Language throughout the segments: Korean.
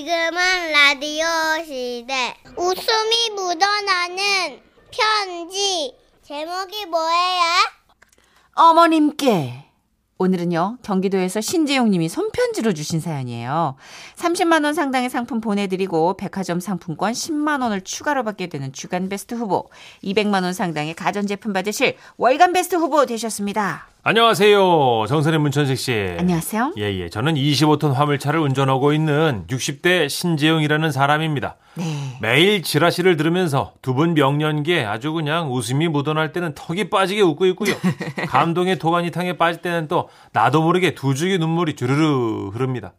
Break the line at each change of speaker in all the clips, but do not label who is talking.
지금은 라디오 시대. 웃음이 묻어나는 편지. 제목이 뭐예요?
어머님께. 오늘은요, 경기도에서 신재용님이 손편지로 주신 사연이에요. 30만원 상당의 상품 보내드리고, 백화점 상품권 10만원을 추가로 받게 되는 주간 베스트 후보, 200만원 상당의 가전제품 받으실 월간 베스트 후보 되셨습니다.
안녕하세요. 정선의 문천식 씨.
안녕하세요.
예, 예. 저는 25톤 화물차를 운전하고 있는 60대 신재용이라는 사람입니다.
네.
매일 지라시를 들으면서 두 분 명년기에 아주 그냥 웃음이 묻어날 때는 턱이 빠지게 웃고 있고요. 감동의 도가니탕에 빠질 때는 또 나도 모르게 두 줄기 눈물이 주르르 흐릅니다.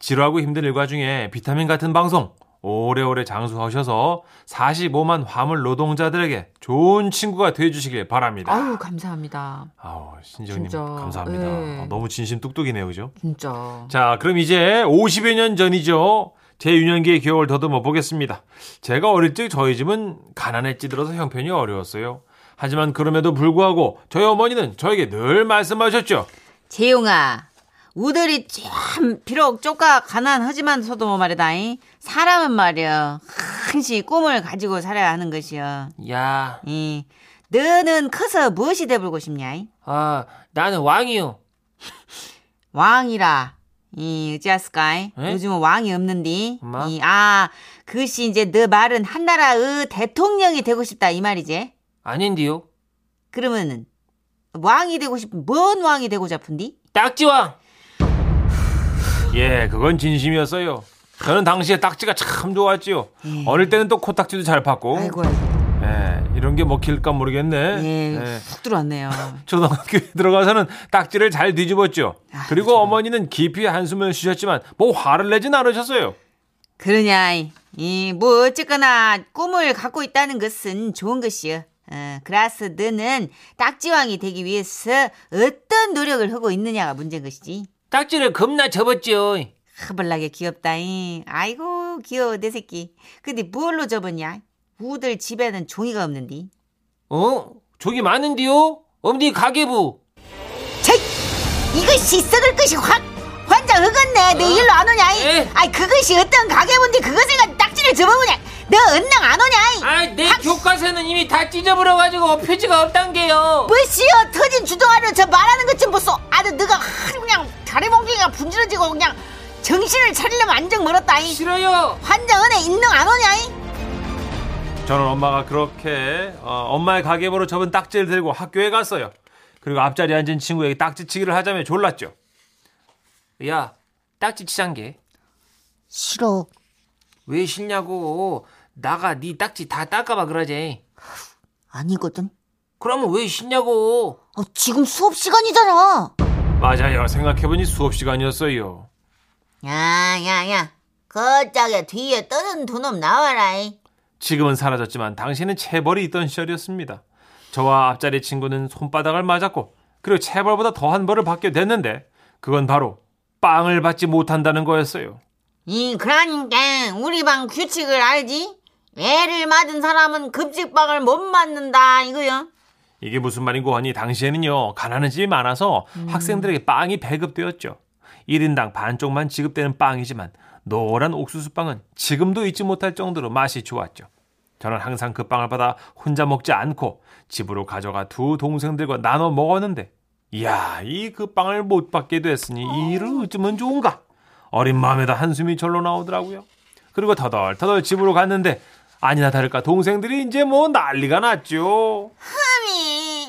지루하고 힘든 일과 중에 비타민 같은 방송 오래오래 장수하셔서 45만 화물 노동자들에게 좋은 친구가 되어주시길 바랍니다.
아유, 감사합니다.
아우 신지훈님
진짜,
감사합니다.
예.
아, 너무 진심 뚝뚝이네요, 그죠?
진짜.
자, 그럼 이제 50여 년 전이죠. 제 유년기의 기억을 더듬어 보겠습니다. 제가 어릴 적 저희 집은 가난에 찌들어서 형편이 어려웠어요. 하지만 그럼에도 불구하고 저희 어머니는 저에게 늘 말씀하셨죠.
재용아, 우들이 참 비록 쪼까 가난하지만서도 뭐 말이다잉. 사람은 말이야 항시 꿈을 가지고 살아야 하는 것이야.
야,
이 너는 커서 무엇이 되불고 싶냐? 이?
아, 나는 왕이요.
왕이라. 이 어찌하스까? 이?
에?
요즘은 왕이 없는디.
엄마?
이, 아, 그것이 이제 너 말은 한 나라의 대통령이 되고 싶다 이 말이지.
아닌데요.
그러면은 왕이 되고 싶은 뭔 왕이 되고 싶은디?
딱지왕. 예, 그건 진심이었어요. 저는 당시에 딱지가 참 좋았지요.
예.
어릴 때는 또 코딱지도 잘 팠고.
아이고, 아이고.
예, 이런 게 먹힐까 모르겠네.
예,
예.
훅 들어왔네요.
초등학교에 들어가서는 딱지를 잘 뒤집었죠. 아, 그리고 어머니는 깊이 한숨을 쉬셨지만 뭐 화를 내진 않으셨어요.
그러냐, 이뭐 어쨌거나 꿈을 갖고 있다는 것은 좋은 것이요. 어, 그래서 너는 딱지왕이 되기 위해서 어떤 노력을 하고 있느냐가 문제인 것이지.
딱지를 겁나 접었죠.
허벌나게 귀엽다잉. 아이고 귀여워 내 새끼. 근데 뭘로 접었냐? 우들 집에는 종이가 없는디.
어? 저기 많은데요? 엄니 가계부.
제 이것이 썩을 것이 확 환장 흑었네. 너 일로 안 오냐?
에?
아이 그것이 어떤 가게분데 그것을 가지고 딱지를 접어보냐? 너 언능 안 오냐?
아, 내 교과서는 이미 다 찢어버려가지고 표지가 없단게요.
뭐시여 터진 주둥아리로 저 말하는 것 좀 보소. 아주 너가 아주 그냥 다리 봉기가 분질러지고 그냥 정신을 차리려면 안정 멀었다잉.
싫어요.
환장 은혜 인능 안 오냐잉?
저는 엄마가 그렇게 어, 엄마의 가계부로 접은 딱지를 들고 학교에 갔어요. 그리고 앞자리에 앉은 친구에게 딱지치기를 하자며 졸랐죠. 야, 딱지 치잔 게.
싫어.
왜 싫냐고 나가 네 딱지 다 닦아봐 그러지
아니거든.
그러면 왜 싫냐고
어, 지금 수업 시간이잖아.
맞아요 생각해보니 수업시간이었어요
야야야, 거짝에 뒤에 떠는 두 놈 나와라잉.
지금은 사라졌지만 당시에는 체벌이 있던 시절이었습니다 저와 앞자리 친구는 손바닥을 맞았고 그리고 체벌보다 더한 벌을 받게 됐는데 그건 바로 빵을 받지 못한다는 거였어요
이 그러니까 우리 반 규칙을 알지? 애를 맞은 사람은 급식방을 못 맞는다 이거요.
이게 무슨 말인고 하니 당시에는요 가난한 집이 많아서 학생들에게 빵이 배급되었죠. 1인당 반쪽만 지급되는 빵이지만 노란 옥수수빵은 지금도 잊지 못할 정도로 맛이 좋았죠. 저는 항상 그 빵을 받아 혼자 먹지 않고 집으로 가져가 두 동생들과 나눠 먹었는데 이야 이 그 빵을 못 받게 됐으니 이 일을 어쩌면 좋은가 어린 마음에다 한숨이 절로 나오더라고요. 그리고 터덜터덜 집으로 갔는데 아니나 다를까 동생들이 이제 뭐 난리가 났죠.
아니,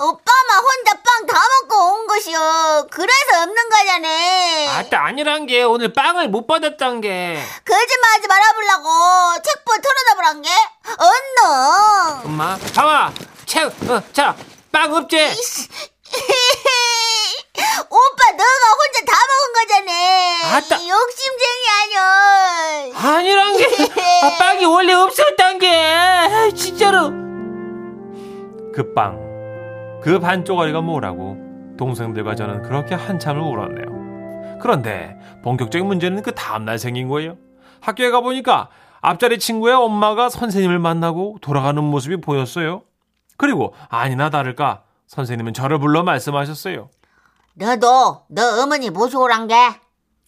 오빠만 혼자 빵 다 먹고 온 것이요. 그래서 없는 거잖아.
아따 아니란 게 오늘 빵을 못 받았단 게
거짓말 하지 말아보려고 책볼 털어다보란 게? 언노.
엄마 잠아 책자빵 없제
오빠 너가 혼자 다 먹은 거잖아.
아따.
이 욕심쟁이 아니여.
아니란 게 아, 빵이 원래 없었단 게 아, 진짜로 그빵그 반쪽아리가 뭐라고 동생들과 저는 그렇게 한참을 울었네요 그런데 본격적인 문제는 그 다음날 생긴 거예요 학교에 가보니까 앞자리 친구의 엄마가 선생님을 만나고 돌아가는 모습이 보였어요 그리고 아니나 다를까 선생님은 저를 불러 말씀하셨어요
너도 너 어머니 모셔오란 게?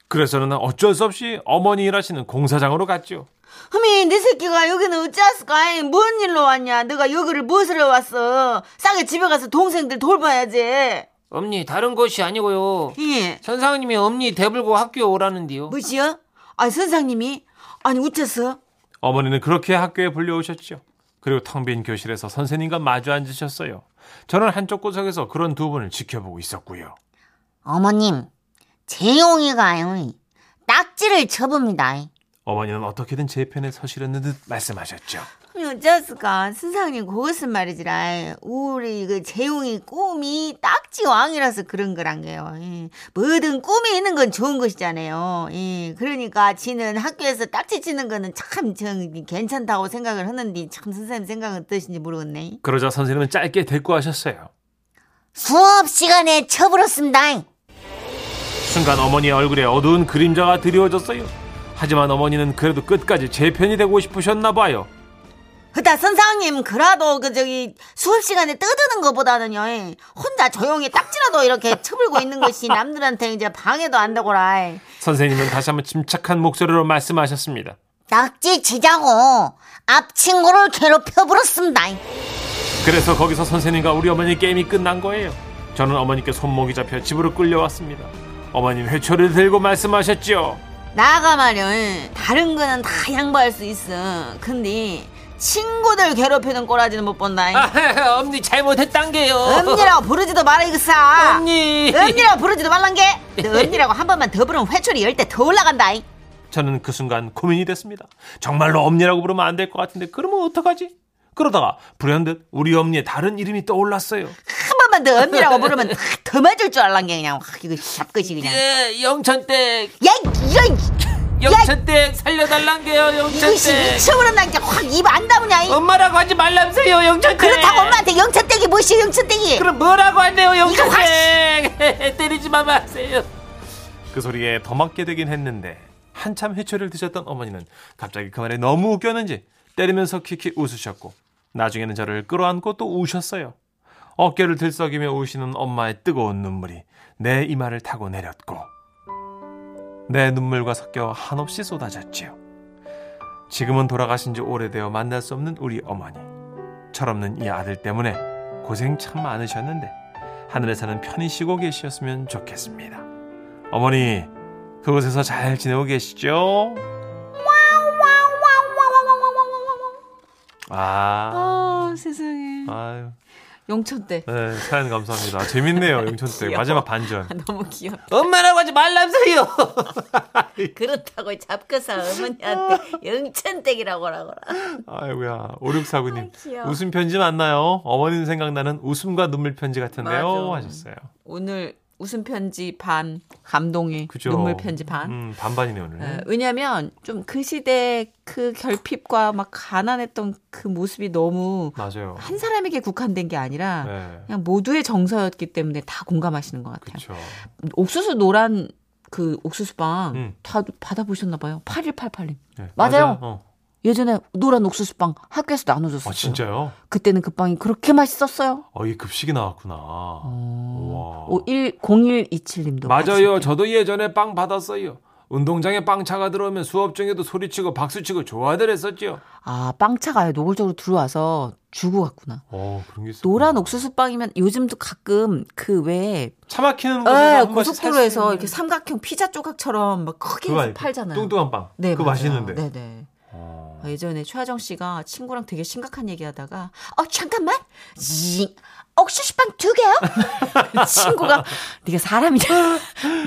그래서는 어쩔 수 없이 어머니 일하시는 공사장으로 갔죠.
어미, 내네 새끼가 여기는 어찌했을까? 뭔 일로 왔냐? 내가 여기를 무엇으로 왔어? 싸게 집에 가서 동생들 돌봐야지.
엄니 다른 것이 아니고요.
예.
선상님이 엄니 대불고 학교 오라는데요.
뭐시여? 아, 선생님이? 아니, 웃쳤어?
어머니는 그렇게 학교에 불려오셨죠. 그리고 텅 빈 교실에서 선생님과 마주 앉으셨어요. 저는 한쪽 구석에서 그런 두 분을 지켜보고 있었고요.
어머님, 재용이가요. 딱지를 쳐봅니다.
어머니는 어떻게든 제 편에 서시려는 듯 말씀하셨죠.
아니, 어찌했을까? 선생님, 그것은 말이지라. 우리 그 재용이 꿈이 딱지왕이라서 그런 거란 게요. 예. 뭐든 꿈이 있는 건 좋은 것이잖아요. 예. 그러니까 지는 학교에서 딱지 치는 거는 참, 참 괜찮다고 생각을 하는데 참 선생님 생각은 어떠신지 모르겠네.
그러자 선생님은 짧게 대꾸하셨어요.
수업 시간에 쳐버렸습니다.
순간 어머니의 얼굴에 어두운 그림자가 드리워졌어요. 하지만 어머니는 그래도 끝까지 제 편이 되고 싶으셨나 봐요.
그다 선생님 그라도 그 저기 수업 시간에 떠드는 것보다는요 예, 혼자 조용히 딱지라도 이렇게 쳐불고 있는 것이 남들한테 이제 방해도 안 되고라 예.
선생님은 다시 한번 침착한 목소리로 말씀하셨습니다.
딱지 치자고 앞 친구를 괴롭혀버렸습니다.
그래서 거기서 선생님과 우리 어머니 게임이 끝난 거예요. 저는 어머니께 손목이 잡혀 집으로 끌려왔습니다. 어머님 회초리를 들고 말씀하셨죠.
나가 말이야 예. 다른 거는 다 양보할 수 있어 근데 친구들 괴롭히는 꼬라지는 못 본다 예.
아, 엄니 잘못했단 게요.
엄니라고 부르지도 마라 이거사
엄니.
엄니라고 부르지도 말란 게너 엄니라고 한 번만 더 부르면 회초리 열 때 더 올라간다 예.
저는 그 순간 고민이 됐습니다. 정말로 엄니라고 부르면 안 될 것 같은데 그러면 어떡하지? 그러다가 불현듯 우리 엄니의 다른 이름이 떠올랐어요.
한 번만 더 엄니라고 부르면 다더 맞을 줄 알란 게 그냥 확 이거 잡것이 그냥
예, 영천댁,
야, 이런
영천댁 살려달란 게요.
이것이
영천댁.
미쳐버린 난 이제 확입 안 다무냐? 이.
엄마라고 하지 말람세요. 영천댁.
그렇다고 엄마한테 영천떼기 뭐시 영천떼기?
그럼 뭐라고 한대요.
이거
영천댁. 때리지만 마세요.
그 소리에 더 맞게 되긴 했는데 한참 회초리를 드셨던 어머니는 갑자기 그 말에 너무 웃겼는지 때리면서 킥킥 웃으셨고 나중에는 저를 끌어안고 또 우셨어요. 어깨를 들썩이며 우시는 엄마의 뜨거운 눈물이 내 이마를 타고 내렸고 내 눈물과 섞여 한없이 쏟아졌지요. 지금은 돌아가신 지 오래되어 만날 수 없는 우리 어머니. 철없는 이 아들 때문에 고생 참 많으셨는데 하늘에서는 편히 쉬고 계셨으면 좋겠습니다. 어머니 그곳에서 잘 지내고 계시죠? 아,
아, 세상에.
아유,
영천대.
네, 사연 감사합니다. 아, 재밌네요, 영천 때 마지막 반전.
너무 귀엽다.
엄마라고 하지 말람세요.
그렇다고 잡거사 어머니한테 영천떼기라고 하라고라.
아이고야, 5649님. 웃음 편지 맞나요? 어머님 생각나는 웃음과 눈물 편지 같은데요?
맞아.
하셨어요.
오늘 웃음 편지 반, 감동이
그죠?
눈물 편지 반.
음, 반반이네, 오늘.
어, 왜냐면 좀 그 시대 그 결핍과 막 가난했던 그 모습이 너무
맞아요.
한 사람에게 국한된 게 아니라
네.
그냥 모두의 정서였기 때문에 다 공감하시는 것 같아요.
그쵸.
옥수수 노란 그 옥수수빵
음.
다 받아보셨나 봐요. 8188님.
네,
맞아요.
어.
예전에 노란 옥수수빵 학교에서 나눠줬었어요.
아, 진짜요?
그때는 그 빵이 그렇게 맛있었어요.
어, 이 급식이 나왔구나.
어.
우와.
오, 1, 0127님도.
맞아요. 저도 예전에 빵 받았어요. 운동장에 빵차가 들어오면 수업 중에도 소리치고 박수치고 좋아들 했었죠.
아, 빵차가 아예 노골적으로 들어와서 주고 갔구나.
어, 그런 게 있어요.
노란 옥수수빵이면 요즘도 가끔 그왜
차 막히는 곳에서
에,
한 번씩
네,
살수
고속도로에서
있는
이렇게 삼각형 피자 조각처럼 막 크게
그거
해서
아니에요?
팔잖아요.
뚱뚱한 빵.
네,
그거
맞아요.
맛있는데.
네네.
어.
아, 예전에 최하정 씨가 친구랑 되게 심각한 얘기하다가 어 잠깐만 잉 옥수수빵 두 개요? 친구가 네가 사람이냐?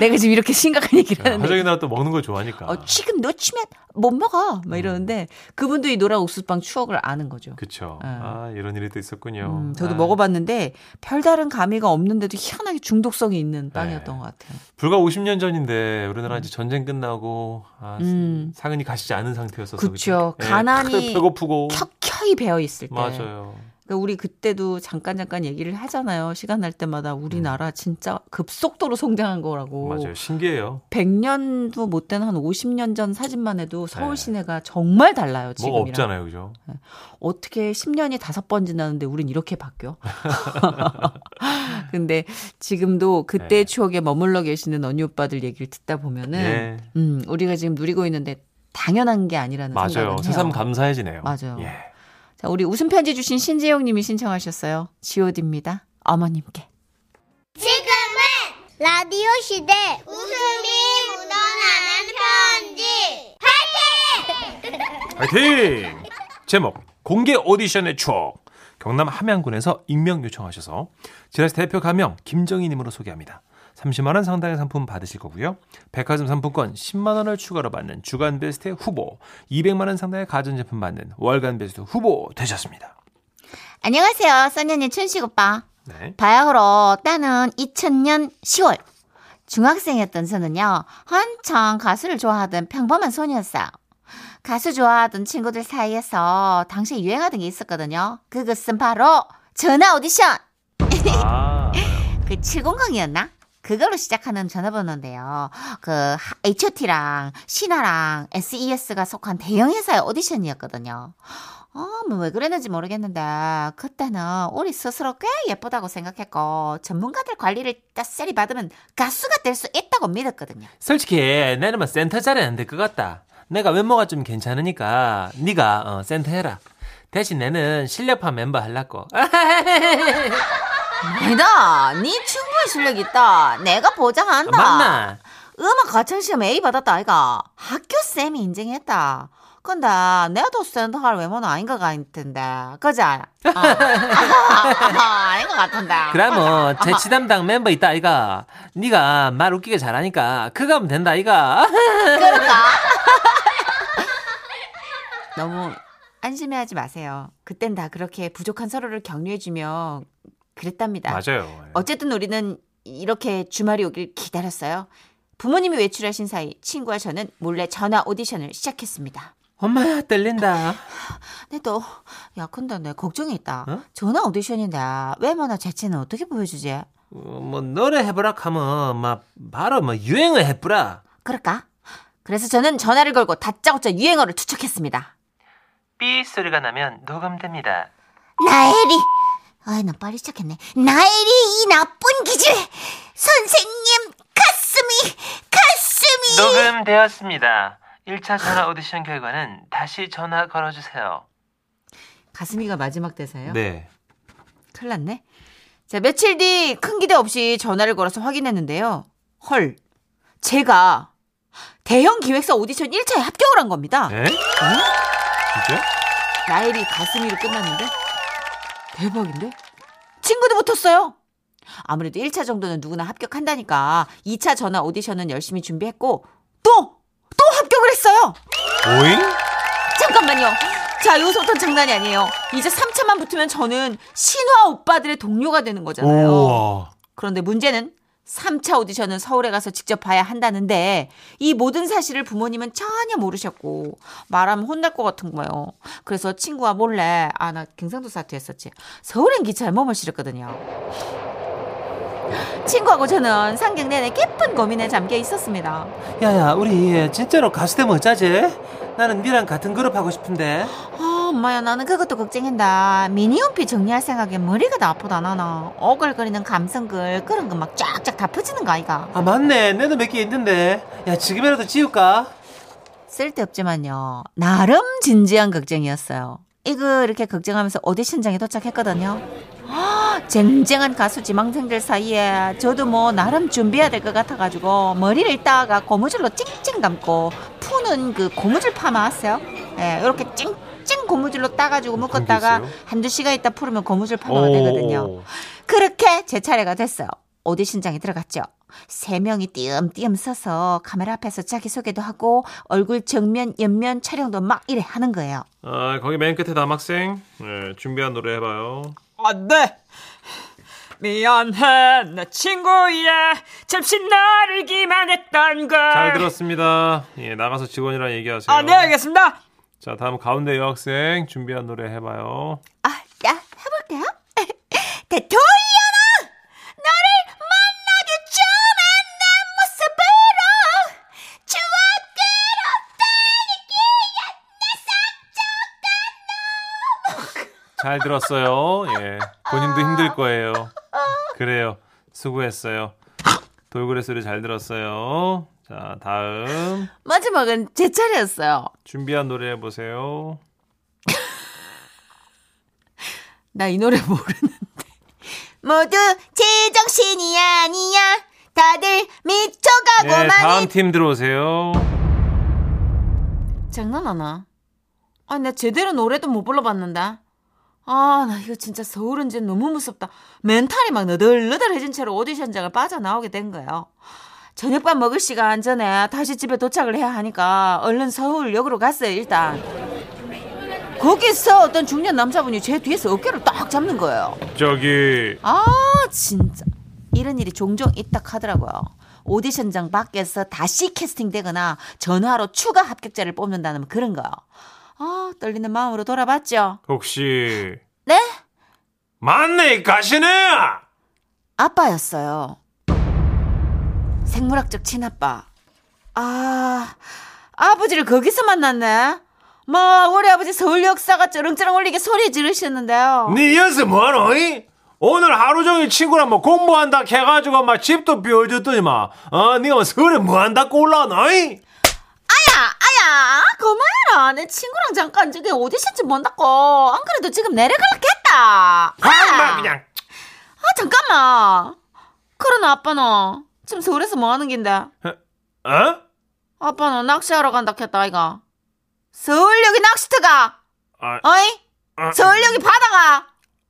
내가 지금 이렇게 심각한 얘기를
야,
하는데
화정이 누나 또 먹는 거 아, 좋아하니까.
예. 어, 지금 놓치면 못 먹어 막 이러는데 그분도 이 노란 옥수수빵 추억을 아는 거죠.
그쵸.
예.
아, 이런 일이 또 있었군요.
음, 저도
아,
먹어봤는데 별다른 감미가 없는데도 희한하게 중독성이 있는 빵이었던
네.
것 같아요.
불과 50년 전인데 우리나라 이제 전쟁 끝나고 아,
음.
상은이 가시지 않은 상태였어서
그쵸.
그죠? 예,
가난이
크- 배고프고
켜켜이 배어 있을 때
맞아요.
그러니까 우리 그때도 잠깐 잠깐 얘기를 하잖아요. 시간 날 때마다 우리나라 진짜 급속도로 성장한
네.
거라고.
음. 맞아요. 신기해요.
100년도 못 된 한 50년 전 사진만 해도 서울
네.
시내가 정말 달라요, 지금이랑.
뭐가 없잖아요, 그죠?
어떻게 10년이 다섯 번 지나는데 우린 이렇게 바뀌어? 근데 지금도
네.
그때의 추억에 머물러 계시는 언니 오빠들 얘기를 듣다
네.
보면은
예.
음, 우리가 지금 누리고 있는데 당연한 게 아니라는
네, 맞아요.
생각을 해요.
새삼 감사해지네요.
맞아요.
예.
자, 우리 웃음 편지 주신 신재영 님이 신청하셨어요. 지오디입니다. 어머님께.
지금은 라디오 시대 웃음이 묻어나는 편지
파이팅! 제목 공개 오디션의 추억 경남 함양군에서 익명 요청하셔서 지라시 대표 가명 김정희님으로 소개합니다. 30만 원 상당의 상품 받으실 거고요. 백화점 상품권 10만 원을 추가로 받는 주간 베스트 후보, 200만 원 상당의 가전제품 받는 월간 베스트 후보 되셨습니다.
안녕하세요. 써니언니 춘식 오빠.
네.
바야흐로 때는 2000년 10월. 중학생이었던 저는요, 한창 가수를 좋아하던 평범한 소녀였어요. 가수 좋아하던 친구들 사이에서 당시에 유행하던 게 있었거든요. 그것은 바로 전화 오디션!
아,
그 700이었나? 그걸로 시작하는 전화번호인데요. 그 하- HOT랑 신화랑 SES가 속한 대형 회사의 오디션이었거든요. 어, 뭐 왜 그랬는지 모르겠는데 그때는 우리 스스로 꽤 예쁘다고 생각했고 전문가들 관리를 따세리 받으면 가수가 될 수 있다고 믿었거든요.
솔직히 내는 뭐 센터 자리 안 될 것 같다. 내가 외모가 좀 괜찮으니까 네가 어, 센터 해라. 대신 내는 실력파 멤버 할라고. 아,
아니다, 니 충분히 실력 있다. 내가 보장한다.
맞나?
음악 가창시험 A 받았다 아이가 학교 쌤이 인증했다 근데 내도 센터할 외모는 아닌 것 같은데 그지? 어. 아닌 것 같은데
그러면 재치 담당 멤버 있다 이가 네가 말 웃기게 잘하니까 그거 하면 된다 이가
너무 안심해하지 마세요. 그땐 다 그렇게 부족한 서로를 격려해주며 그랬답니다.
맞아요
어쨌든 우리는 이렇게 주말이 오길 기다렸어요. 부모님이 외출하신 사이 친구와 저는 몰래 전화 오디션을 시작했습니다.
엄마야 떨린다
근데 또, 야, 근데 내 걱정이 있다.
어?
전화 오디션인데 외모나 재치는 어떻게 보여주지?
어, 뭐 노래 해보라 하면 막 바로 뭐 유행을 해보라
그럴까? 그래서 저는 전화를 걸고 다짜고짜 유행어를 투척했습니다.
삐 소리가 나면 녹음됩니다
나엘이 아이 나 빨리 시작했네 나엘이 이 나쁜 기질 선생님 가슴이 가슴이
녹음되었습니다 1차 전화 오디션 결과는 다시 전화 걸어주세요
가슴이가 마지막 대사예요?
네
큰일 났네. 자, 며칠 뒤 큰 기대 없이 전화를 걸어서 확인했는데요. 헐. 제가 대형 기획사 오디션 1차에 합격을 한 겁니다.
에? 네? 진짜?
나일이 가슴이로 끝났는데? 대박인데? 친구도 붙었어요. 아무래도 1차 정도는 누구나 합격한다니까 2차 전화 오디션은 열심히 준비했고 또! 또 합격을 했어요!
오잉?
잠깐만요. 자, 여기서부터 장난이 아니에요. 이제 3차만 붙으면 저는 신화 오빠들의 동료가 되는 거잖아요.
우와
그런데 문제는 3차 오디션은 서울에 가서 직접 봐야 한다는데 이 모든 사실을 부모님은 전혀 모르셨고 말하면 혼날 것 같은 거예요. 그래서 친구와 몰래 아 나 경상도 사투리했었지 서울행 기차에 몸을 실었거든요. 친구하고 저는 상경 내내 깊은 고민에 잠겨 있었습니다.
야야 우리 진짜로 가수 되면 어쩌지? 나는 니랑 같은 그룹 하고 싶은데
아, 엄마야, 나는 그것도 걱정한다. 미니홈피 정리할 생각에 머리가 나쁘다, 나나. 오글거리는 감성글, 그런 거 막 쫙쫙 다 퍼지는 거 아이가.
아 맞네 내도 몇 개 있는데 야 지금이라도 지울까?
쓸데없지만요. 나름 진지한 걱정이었어요. 이거 이렇게 걱정하면서 오디션장에 도착했거든요. 아, 쟁쟁한 가수 지망생들 사이에 저도 뭐 나름 준비해야 될 것 같아가지고 머리를 따가 고무줄로 찡찡 감고 푸는 그 고무줄 파마 아세요? 예, 이렇게 찡찡 고무줄로 따가지고
그런 게
묶었다가
있어요?
한두 시간 있다 풀으면 고무줄 파마가 되거든요. 그렇게 제 차례가 됐어요. 오디션장에 들어갔죠. 세 명이 띄엄띄엄 서서 카메라 앞에서 자기소개도 하고 얼굴 정면, 옆면 촬영도 막 이래 하는 거예요.
아 거기 맨 끝에 남학생 네, 준비한 노래 해봐요
안 돼. 아, 네. 미안해, 내 친구야. 잠시 나를 기만했던 걸.
잘 들었습니다 예 나가서 직원이랑 얘기하세요
아, 네, 알겠습니다.
자 다음 가운데 여학생 준비한 노래 해봐요
아, 야, 해볼게.
되돌려라 나를 만나게 좀한내 모습으로 추억으로
잘 들었어요. 예. 본인도 힘들 거예요. 그래요. 수고했어요. 돌고래 소리 잘 들었어요. 자, 다음.
마지막은 제 차례였어요.
준비한 노래 해보세요.
나 이 노래 모르는.
모두 제정신이 아니야 다들 미쳐가고만
어,
네, 다음 팀 들어오세요.
장난하나? 아, 나 제대로 노래도 못 불러봤는데. 아, 나 이거 진짜 서울은지 너무 무섭다. 멘탈이 막 너덜너덜해진 채로 오디션장을 빠져나오게 된 거예요. 저녁밥 먹을 시간 전에 다시 집에 도착을 해야 하니까 얼른 서울역으로 갔어요, 일단. 거기서 어떤 중년 남자분이 제 뒤에서 어깨를 딱 잡는 거예요.
저기
아 진짜 이런 일이 종종 있다 하더라고요. 오디션장 밖에서 다시 캐스팅되거나 전화로 추가 합격자를 뽑는다는 그런 거요. 아 떨리는 마음으로 돌아봤죠.
혹시
네
맞네 가시네.
아빠였어요. 생물학적 친아빠. 아 아버지를 거기서 만났네. 뭐 우리 아버지 서울 역사가 쩌렁쩌렁 울리게 소리 지르셨는데요.
네 연습 뭐하노이? 오늘 하루 종일 친구랑 뭐 공부한다 해가지고 막 집도 비워줬더니 막 어, 니가 뭐 서울에 뭐한다고 올라노이?
아야 그만해라 내 친구랑 잠깐 저기 오디션집 본다고 안 그래도 지금 내려갈겠다 아,
아, 그냥
아, 잠깐만 그러나 아빠는 지금 서울에서 뭐 하는 긴데
어?
아빠는 낚시하러 간다 했다 아이가 서울역이 낚시터가
아,
어이
아,
서울역이 바다가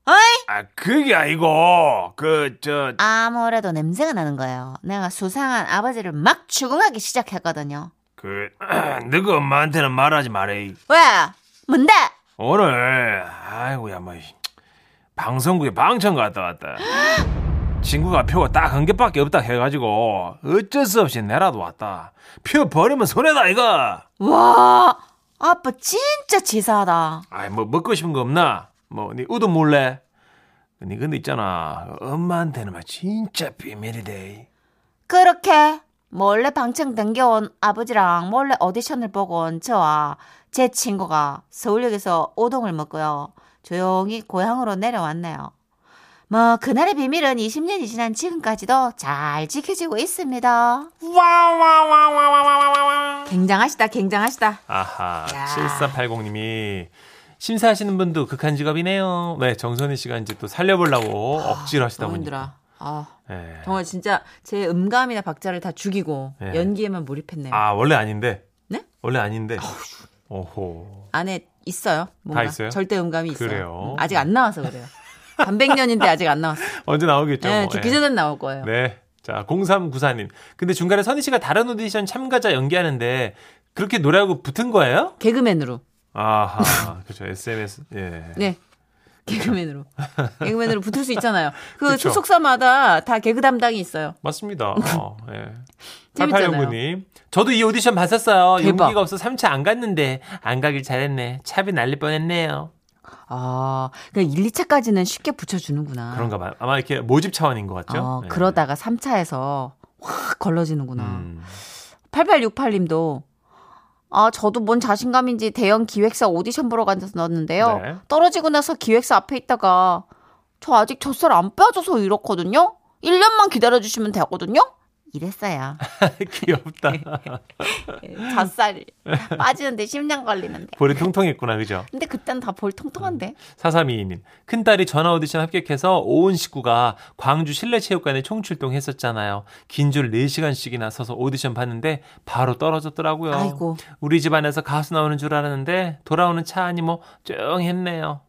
어이
아 그게 아니고 그저
아무래도 냄새가 나는 거예요 내가 수상한 아버지를 막 추궁하기 시작했거든요
그, 너그 엄마한테는 말하지 말해.
왜 뭔데
오늘, 아이고야, 뭐, 이 방송국에 방청 갔다 왔다. 친구가 표가 딱 한 개밖에 없다 해가지고, 어쩔 수 없이 내라도 왔다. 표 버리면 손해다, 이거!
와 아빠 진짜 치사하다
아이, 뭐, 먹고 싶은 거 없나? 뭐, 니 우도 몰래? 니 근데 있잖아, 엄마한테는 막 진짜 비밀이 돼.
그렇게 몰래 방청 댕겨온 아버지랑 몰래 오디션을 보고 온 저와 제 친구가 서울역에서 오동을 먹고요. 조용히 고향으로 내려왔네요. 뭐 그날의 비밀은 20년이 지난 지금까지도 잘 지켜지고 있습니다. 굉장하시다 굉장하시다.
아하, 7480님이. 심사하시는 분도 극한 직업이네요. 네, 정선희 씨가 이제 또 살려보려고 억지로 하시다
아, 너무
보니까.
힘들어. 아
예.
정말 진짜 제 음감이나 박자를 다 죽이고
예.
연기에만 몰입했네요.
아 원래 아닌데.
네?
원래 아닌데. 오호.
안에 있어요. 뭔가
있어요?
절대 음감이 있어요.
그래요?
음, 아직 안 나와서 그래요. 반백년인데 아직 안 나왔어.
언제 나오겠죠?
네,
뭐.
죽기
예.
전엔 나올 거예요.
네. 자, 0394님. 근데 중간에 선희 씨가 다른 오디션 참가자 연기하는데 그렇게 노래하고 붙은 거예요?
개그맨으로.
아하. 그렇죠. SMS. 예.
네. 개그맨으로. 개그맨으로 붙을 수 있잖아요. 그
그쵸.
소속사마다 다 개그 담당이 있어요.
맞습니다. 어, 예.
재밌잖아요.
8809님. 저도 이 오디션 봤었어요.
대박.
용기가 없어 3차 안 갔는데 안 가길 잘했네. 차비 날릴 뻔했네요.
아, 그냥 1, 2차까지는 쉽게 붙여주는구나.
그런가 봐요. 아마 이렇게 모집 차원인 것 같죠?
어,
예.
그러다가 3차에서 확 걸러지는구나.
음.
8868님도 아, 저도 뭔 자신감인지 대형 기획사 오디션 보러 간서 넣었는데요.
네.
떨어지고 나서 기획사 앞에 있다가 저 아직 젖살 안 빠져서 이렇거든요. 1년만 기다려주시면 되거든요. 이랬어요.
귀엽다.
젖살이 빠지는데 10년 걸리는데.
볼이 통통했구나, 그죠?
근데 그땐 다 볼 통통한데.
4322님. 큰딸이 전화 오디션 합격해서 오은 식구가 광주 실내체육관에 총출동 했었잖아요. 긴 줄 4시간씩이나 서서 오디션 봤는데 바로 음. 떨어졌더라고요.
아이고.
우리 집안에서 가수 나오는 줄 알았는데 돌아오는 차 안이 뭐 쩡했네요.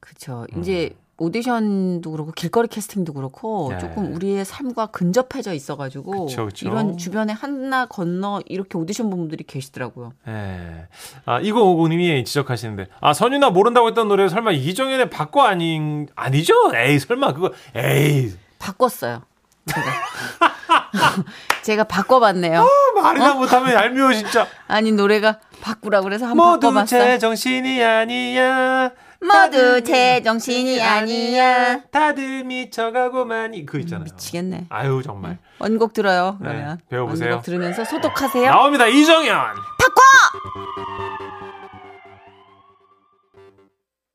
그쵸.
음.
이제 오디션도 그렇고 길거리 캐스팅도 그렇고
네.
조금 우리의 삶과 근접해져 있어가지고
그쵸, 그쵸.
이런 주변에 하나 건너 이렇게 오디션 본 분들이 계시더라고요.
예. 아, 2050님이 지적하시는데. 아, 선유나 모른다고 했던 노래 설마 이정현의 바꿔 아닌, 아니죠? 에이, 설마 그거, 에이.
바꿨어요. 제가, 제가 바꿔봤네요.
어, 말이나
어?
못하면 얄미워, 진짜.
아니 노래가 바꾸라 그래서 한번
모두
바꿔봤어요.
제 정신이 아니야.
모두 제 정신이 아니야.
다들 미쳐가고만 이- 그 있잖아요.
미치겠네. 음.
아유 정말
원곡 들어요.
네,
그러면
배워보세요.
원곡 들으면서 소독하세요.
나옵니다 이정현.